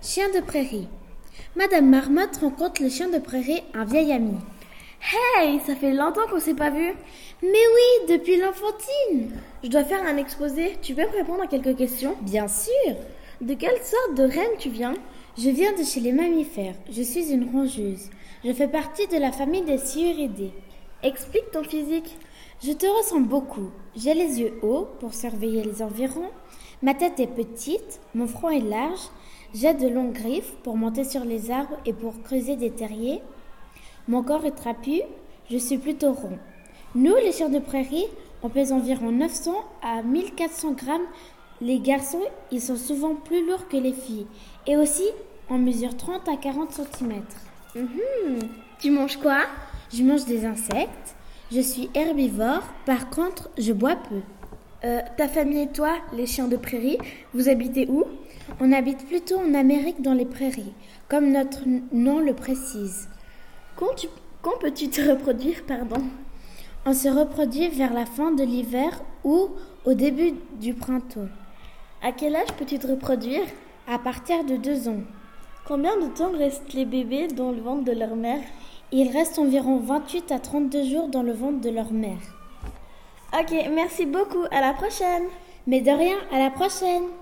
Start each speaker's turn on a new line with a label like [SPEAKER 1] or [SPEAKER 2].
[SPEAKER 1] Chien de prairie. Madame Marmotte rencontre le chien de prairie, un vieil ami.
[SPEAKER 2] Hey, ça fait longtemps qu'on s'est pas vu.
[SPEAKER 1] Mais oui, depuis l'enfantine.
[SPEAKER 2] Je dois faire un exposé. Tu peux me répondre à quelques questions
[SPEAKER 1] Bien sûr.
[SPEAKER 2] De quelle sorte de reine tu viens
[SPEAKER 1] Je viens de chez les mammifères. Je suis une rongeuse. Je fais partie de la famille des sciuridés.
[SPEAKER 2] Explique ton physique.
[SPEAKER 1] Je te ressemble beaucoup. J'ai les yeux hauts pour surveiller les environs. Ma tête est petite, mon front est large. J'ai de longues griffes pour monter sur les arbres et pour creuser des terriers. Mon corps est trapu, je suis plutôt rond. Nous, les chiens de prairie, on pèse environ 900 à 1400 grammes. Les garçons, ils sont souvent plus lourds que les filles. Et aussi, on mesure 30 à 40 cm.
[SPEAKER 2] Mhm. Tu manges quoi
[SPEAKER 1] Je mange des insectes, je suis herbivore, par contre, je bois peu.
[SPEAKER 2] Euh, ta famille et toi, les chiens de prairie, vous habitez où
[SPEAKER 1] On habite plutôt en Amérique dans les prairies, comme notre n- nom le précise.
[SPEAKER 2] Quand, tu- quand peux-tu te reproduire, pardon
[SPEAKER 1] On se reproduit vers la fin de l'hiver ou au début du printemps,
[SPEAKER 2] À quel âge peux-tu te reproduire
[SPEAKER 1] à partir de deux ans.
[SPEAKER 2] Combien de temps restent les bébés dans le ventre de leur mère
[SPEAKER 1] Ils restent environ 28 à 32 jours dans le ventre de leur mère.
[SPEAKER 2] Ok, merci beaucoup. À la prochaine
[SPEAKER 1] Mais de rien, à la prochaine